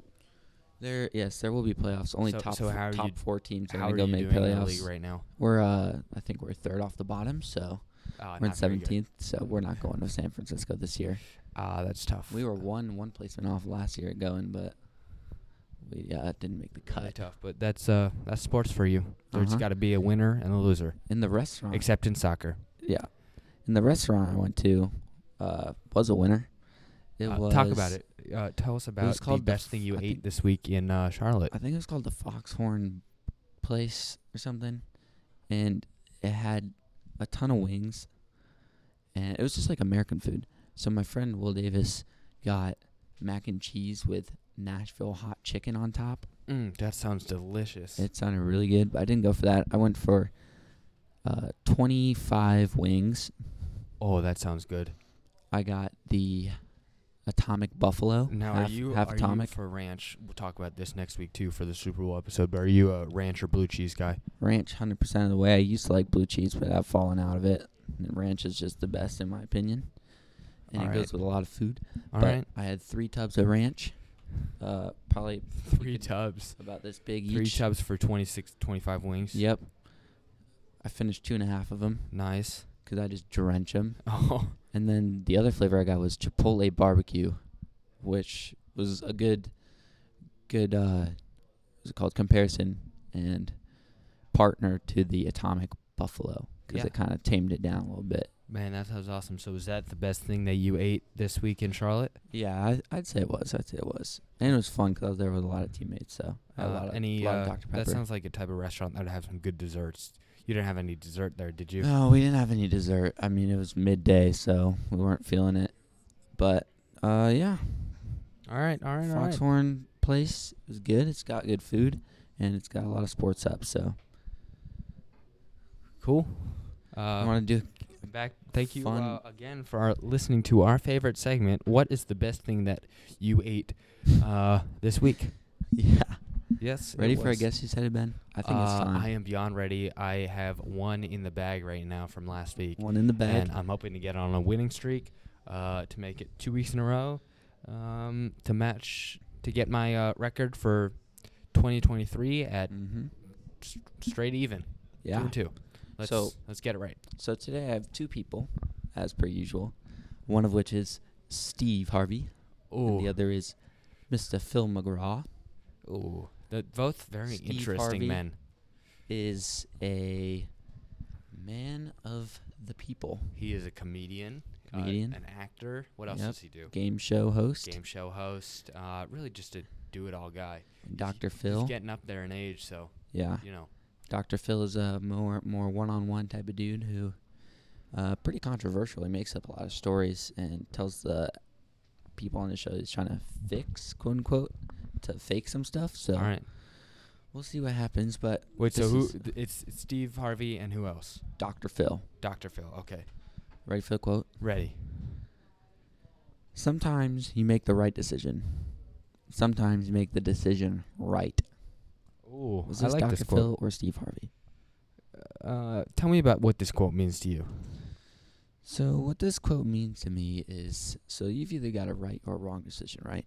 S5: There, yes, there will be playoffs. Only
S2: So-
S5: top
S2: so
S5: f-
S2: how are
S5: top
S2: you-
S5: four teams are
S2: how
S5: going
S2: are
S5: to go
S2: you
S5: make
S2: doing in the league
S5: playoffs.
S2: right now?
S5: We're uh, I think we're third off the bottom, so
S2: Uh,
S5: we're
S2: not very
S5: in
S2: good.
S5: seventeenth. So we're not going to San Francisco this year.
S2: Ah, that's tough.
S5: We were one one placement off last year going, but we uh, didn't make the
S2: really
S5: cut.
S2: tough, but that's uh that's sports for you. There's
S5: Uh-huh.
S2: got to be a winner and a loser,
S5: In the restaurant,
S2: except in soccer.
S5: yeah, in the restaurant I went to uh, was a winner. It
S2: Uh,
S5: was
S2: talk about it. Uh, tell us about the
S5: called the
S2: best thing you
S5: f- I
S2: ate
S5: think-
S2: this week in uh, Charlotte.
S5: I think it was called the Foxhorn Place or something, and it had a ton of wings, and it was just like American food. So my friend Will Davis got mac and cheese with Nashville hot chicken on top.
S2: Mm, that sounds delicious.
S5: It sounded really good, but I didn't go for that. I went for uh, 25 wings.
S2: oh, that sounds good.
S5: I got the Atomic Buffalo.
S2: Now,
S5: Oh, half,
S2: are you
S5: half
S2: are you
S5: Atomic
S2: for ranch? We'll talk about this next week too for the Super Bowl episode. But are you a ranch or blue cheese guy?
S5: ranch 100% of the way? I used to like blue cheese, but I've fallen out of it. And ranch is just the best in my opinion, and it
S2: All
S5: goes with a lot of food.
S2: All
S5: but [LAUGHS]
S2: right,
S5: I had three tubs of ranch, uh, probably
S2: three
S5: could-
S2: tubs,
S5: about this big
S2: three
S5: each.
S2: tubs for 26, 25 wings.
S5: Yep. I finished two and a half of them
S2: nice. [LAUGHS]
S5: because I just drench them.
S2: Oh,
S5: And then the other flavor I got was chipotle barbecue, which was a good, good, uh, what's it called? Comparison and partner to the atomic buffalo because
S2: Yeah.
S5: it kind of tamed it down a little bit.
S2: man, that sounds awesome. So, is that the best thing that you ate this week in Charlotte?
S5: Yeah, I, I'd say it was. I'd say it was, and it was fun because I was there with a lot of teammates. So I had
S2: Uh,
S5: a lot of,
S2: any
S5: lot of
S2: uh,
S5: Dr Pepper.
S2: that sounds like a type of restaurant that would have some good desserts. You didn't have any dessert there, did you?
S5: No, we didn't have any dessert. I mean, it was midday, so we weren't feeling it. But uh, yeah,
S2: All right, all right, all right.
S5: Foxhorn place is good. It's got good food, and it's got a lot of sports up. So
S2: Cool. Uh,
S5: I
S2: [LAUGHS]
S5: want to do
S2: And back. Thank you
S5: Fun.
S2: uh, again for our, listening to our favorite segment. What is the best thing that you ate uh, this week?
S5: yeah.
S2: Yes. it
S5: Ready for a
S2: was.
S5: guess? You said it, Ben. I think it's
S2: Uh,
S5: time.
S2: I am beyond ready. I have one in the bag right now from last week,
S5: One in the bag.
S2: and I'm hoping to get on a winning streak uh, to make it two weeks in a row um, to match to get my uh, record for 2023 at
S5: Mm-hmm.
S2: s- straight even. Two
S5: Yeah.
S2: and two. Let's,
S5: So-
S2: let's get it right.
S5: So today I have two people, as per usual. One of which is Steve Harvey, and
S2: Ooh.
S5: the other is Mr. Phil McGraw.
S2: Ooh, the, both very
S5: Steve
S2: interesting
S5: Harvey.
S2: men.
S5: Is a man of the people,
S2: He is a comedian, uh,
S5: Comedian.
S2: an actor. What else
S5: Yep.
S2: does he do?
S5: game show host,
S2: Game show host. Uh, really just a do-it-all guy.
S5: and Dr.
S2: He's
S5: Phil.
S2: getting up there in age, so
S5: yeah.
S2: you know.
S5: Dr. Phil is a more more one-on-one type of dude who uh, pretty controversial. He makes up a lot of stories and tells the people on the show he's trying to fix, quote unquote, to fake some stuff. So
S2: All right.
S5: we'll see what happens. But
S2: Wait. So
S5: this
S2: who?
S5: is
S2: th- It's, it's Steve Harvey and who else?
S5: Dr. Phil?
S2: Dr. Phil. Okay.
S5: Ready for the quote?
S2: Ready.
S5: Sometimes you make the right decision. Sometimes you make the decision right.
S2: Ooh,
S5: Was
S2: I
S5: this
S2: like
S5: Dr.
S2: this
S5: Phil
S2: quote.
S5: or Steve Harvey?
S2: Uh, tell me about what this quote means to you.
S5: So what this quote means to me is so you've either got a right or wrong decision, right?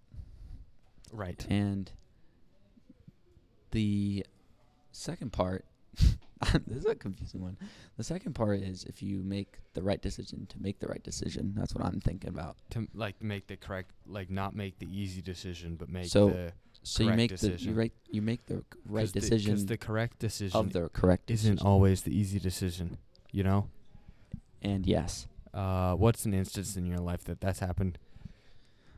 S2: Right.
S5: And the second part, [LAUGHS] this is a confusing one. The second part is if you make the right decision to make the right decision. That's what I'm thinking about.
S2: To m- like make the correct, like not make the easy decision, but make
S5: So,
S2: the
S5: So you
S2: Correct
S5: make the
S2: decision.
S5: you right you make the c- right
S2: 'cause the- 'cause
S5: decision
S2: The, correct decision
S5: of the correct
S2: isn't
S5: decision.
S2: always the easy decision. You know,
S5: and yes.
S2: uh, what's an instance in your life that that's happened?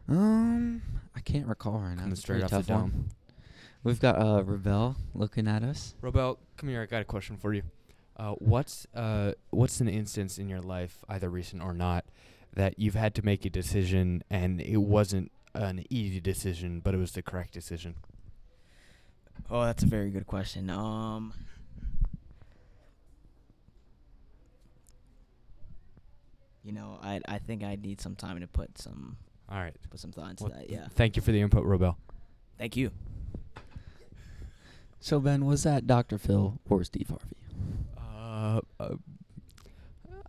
S5: Um, I can't recall right now.
S2: Coming
S5: It's a pretty
S2: straight off the
S5: tough one.
S2: dome.
S5: We've got uh Rebel looking at us.
S2: Robel, come here. I got a question for you. Uh, what's uh, what's an instance in your life, either recent or not, that you've had to make a decision and it wasn't an easy decision, but it was the correct decision?
S6: Oh, that's a very good question. Um, you know, I I think I need some time to put some
S2: All right.
S6: put some thought into
S2: Well,
S6: that. Yeah.
S2: Thank you for the input, Robel.
S6: Thank you.
S5: So Ben, was that Dr. Phil or Steve Harvey?
S2: Uh, uh,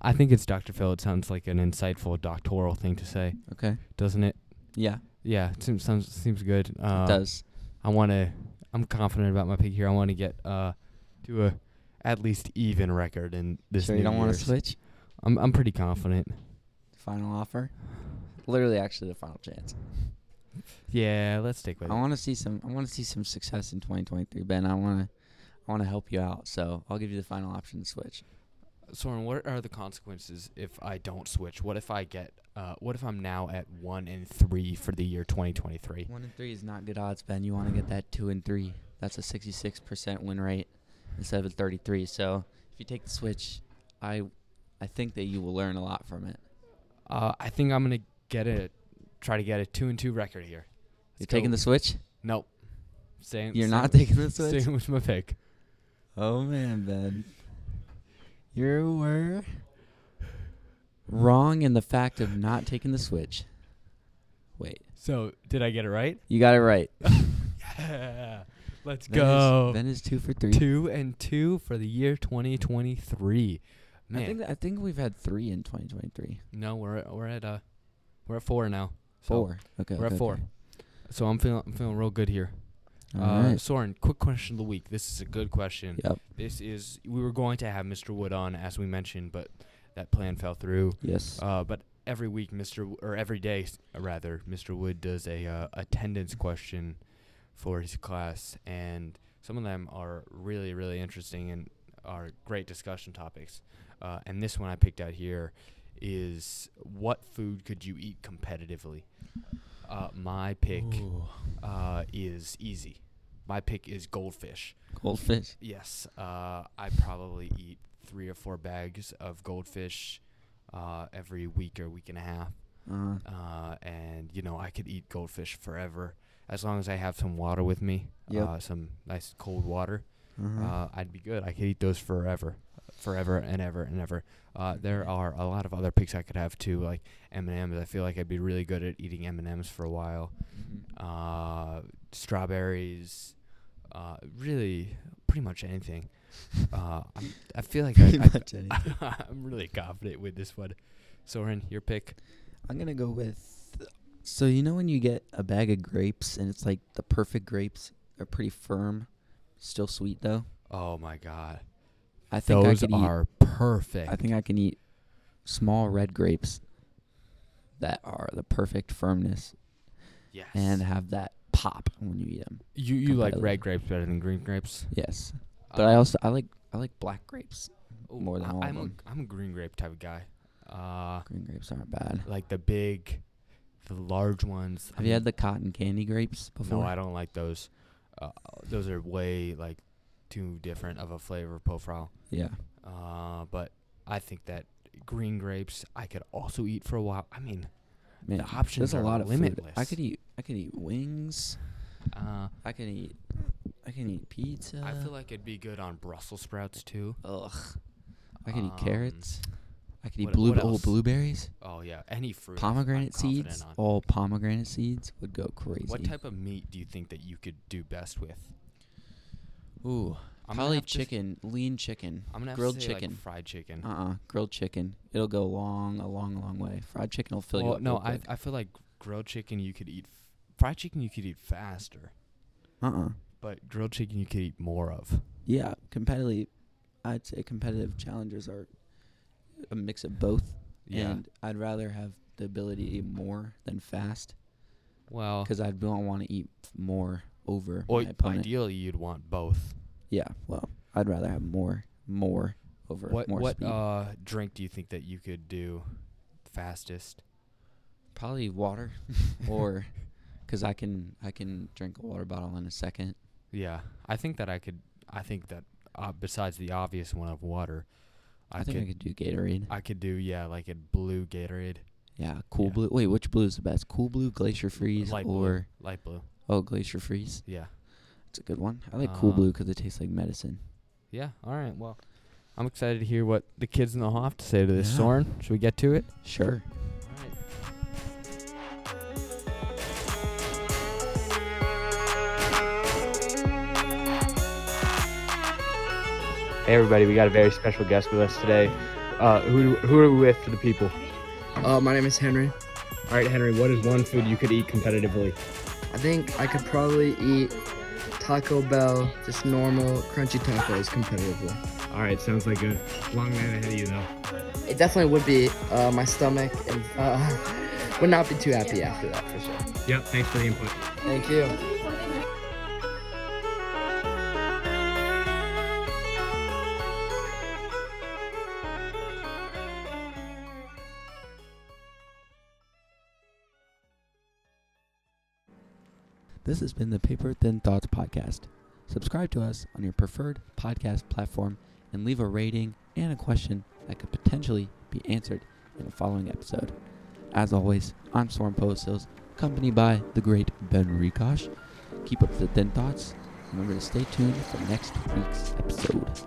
S2: I think it's Dr. Phil. It sounds like an insightful doctoral thing to say,
S5: Okay.
S2: doesn't it?
S5: Yeah,
S2: Yeah, it seems sounds, seems good. Uh,
S5: it does.
S2: I want to. I'm confident about my pick here. I want to get uh to a at least even record in this.
S5: Sure
S2: new
S5: you don't want to
S2: year's.
S5: switch?
S2: I'm I'm pretty confident.
S5: Final offer? Literally actually the final chance.
S2: Yeah, let's stick with
S5: I
S2: it.
S5: want to see some. I want to see some success in 2023, Ben. I want to. I want to help you out. So I'll give you the final option to switch.
S2: Soren, what are the consequences if I don't switch? What if I get? Uh, what if I'm now at one and three for the year 2023?
S5: One and three is not good odds, Ben. You want to get that two and three. That's a 66% win rate instead of a 33. So if you take the switch, I, I think that you will learn a lot from it.
S2: Uh, I think I'm gonna get a try to get a two and two record here.
S5: You're taking the switch.
S2: Nope. Staying.
S5: You're
S2: staying
S5: not
S2: with-
S5: taking
S2: [LAUGHS]
S5: the switch?
S2: Staying with my pick.
S5: Oh man, Ben. You were wrong in the fact of not taking the switch. Wait,
S2: So did I get it
S5: [LAUGHS]
S2: right? [LAUGHS]
S5: you got it right.
S2: Yeah. Let's
S5: Ben is-
S2: go.
S5: ben is two for three.
S2: two and two for the year 2023. Man,
S5: I think I think we've had three in 2023.
S2: no, we're at, we're at uh, we're at four now. So-
S5: Four. Okay.
S2: we're at
S5: okay,
S2: four.
S5: okay.
S2: So I'm feeling I'm feeling real good here.
S5: All
S2: Uh,
S5: right.
S2: Soren, quick question of the week. This is a good question.
S5: Yep.
S2: This is we were going to have Mr. Wood on as we mentioned, but that plan fell through.
S5: Yes.
S2: Uh, but every week, Mr. W- or every day s- uh, rather, Mr. Wood does a uh, attendance question for his class, and some of them are really, really interesting and are great discussion topics. Uh, and this one I picked out here is what food could you eat competitively? Uh, my pick uh, is easy. My pick is goldfish.
S5: Goldfish.
S2: Yes, uh, I probably eat three or four bags of goldfish uh, every week or week and a half,
S5: Uh,
S2: uh, and you know I could eat goldfish forever as long as I have some water with me,
S5: Yep.
S2: uh, some nice cold water.
S5: uh-huh.
S2: Uh, I'd be good. I could eat those forever. forever and ever and ever. Uh, there are a lot of other picks I could have too, like M and M's. I feel like I'd be really good at eating M and M's for a while. Uh, strawberries, uh, really, pretty much anything. Uh, I'm, I feel like I,
S5: Pretty
S2: I,
S5: much anything.
S2: [LAUGHS] I'm really confident with this one. Soren, your pick.
S5: I'm gonna go with. So you know when you get a bag of grapes and it's like the perfect grapes are pretty firm, still sweet though.
S2: Oh my god,
S5: I think
S2: those
S5: I could
S2: are
S5: eat.
S2: perfect.
S5: I think I can eat small red grapes that are the perfect firmness
S2: yes.
S5: and have that pop when you eat them.
S2: you you like
S5: competitive.
S2: red grapes better than green grapes?
S5: Yes, but I
S2: Uh,
S5: also I like I like black grapes.
S2: oh,
S5: more than
S2: I,
S5: all of
S2: I'm
S5: them.
S2: A, I'm a green grape type of guy. Uh,
S5: Green grapes aren't bad.
S2: like the big, the large ones.
S5: Have you had the cotton candy grapes before?
S2: No, I don't like those. Uh, those are way like too different of a flavor profile.
S5: Yeah,
S2: Uh, but I think that green grapes I could also eat for a while. I mean,
S5: man.
S2: options
S5: there's a
S2: are
S5: lot of food. I
S2: limitless.
S5: could eat. I could eat wings.
S2: uh,
S5: I can eat. I can eat pizza.
S2: I feel like it'd be good on Brussels sprouts too.
S5: Ugh. I can
S2: Um,
S5: eat carrots. I can eat
S2: what-
S5: blue
S2: what
S5: oh,
S2: else?
S5: blueberries.
S2: Oh yeah, any fruit. I'm
S5: Pomegranate
S2: confident
S5: seeds.
S2: on.
S5: All pomegranate seeds would go crazy.
S2: What type of meat do you think that you could do best with?
S5: Ooh,
S2: I'm gonna
S5: probably
S2: have to s-
S5: chicken, lean chicken,
S2: I'm gonna have
S5: grilled
S2: to say, like,
S5: chicken.
S2: fried chicken.
S5: uh uh grilled chicken. It'll go long, a long, long way. Fried chicken will fill you
S2: well,
S5: up.
S2: no, I I feel like grilled chicken you could eat. F- fried chicken you could eat faster,
S5: uh uh
S2: but grilled chicken you could eat more of.
S5: Yeah, competitively, I'd say competitive challengers are a mix of both.
S2: Yeah.
S5: And I'd rather have the ability to eat more than fast
S2: well,
S5: because I don't want to eat more over
S2: or
S5: my opponent.
S2: ideally you'd want both.
S5: Yeah, well, I'd rather have more, more over
S2: What
S5: more
S2: what
S5: speed.
S2: uh drink do you think that you could do fastest? [LAUGHS]
S5: Probably water, or because I can I can drink a water bottle in a second.
S2: Yeah, I think that I could. I think that uh, besides the obvious one of water,
S5: I,
S2: I,
S5: think
S2: could.
S5: I could do Gatorade.
S2: I could do yeah, like a blue Gatorade,
S5: yeah, Cool
S2: yeah.
S5: Blue. Wait, which blue is the best? Cool Blue, Glacier Freeze,
S2: light blue,
S5: or
S2: light blue.
S5: oh Glacier Freeze.
S2: Yeah,
S5: It's a good one. I like Cool
S2: Uh,
S5: Blue because it tastes like medicine.
S2: yeah. All right. Well, I'm excited to hear what the kids in the hall have to say to this.
S5: Yeah.
S2: Soren, should we get to it?
S5: Sure.
S2: Hey everybody, we got a very special guest with us today. Uh, who who are we with for the people?
S7: Uh, my name is Henry.
S2: All right, Henry, what is one food you could eat competitively?
S7: I think I could probably eat Taco Bell, just normal crunchy tacos competitively.
S2: All right, sounds like a long man ahead of you though.
S7: It definitely would be uh, my stomach and uh, [LAUGHS] would not be too happy after that for sure.
S2: Yep, thanks for the input.
S7: Thank you.
S5: This has been the Paper Thin Thoughts podcast. Subscribe to us on your preferred podcast platform and leave a rating and a question that could potentially be answered in a following episode. As always, I'm Storm Postills, accompanied by the great Ben Rikosh. Keep up the thin thoughts. and Remember to stay tuned for next week's episode.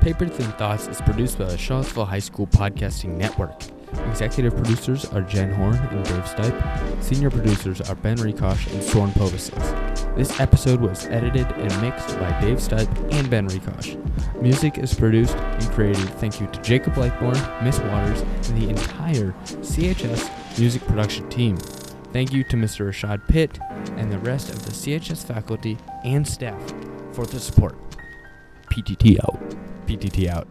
S2: Paper Thin Thoughts is produced by the Charlottesville High School Podcasting Network. Executive producers are Jen Horn and Dave Stipe. Senior producers are Ben Rikosh and Soren Povasins. This episode was edited and mixed by Dave Stipe and Ben Rikosh. Music is produced and created thank you to Jacob Blackmore, Miss Waters, and the entire CHS music production team. Thank you to Mr. Rashad Pitt and the rest of the CHS faculty and staff for the support. PTT out. PTT out.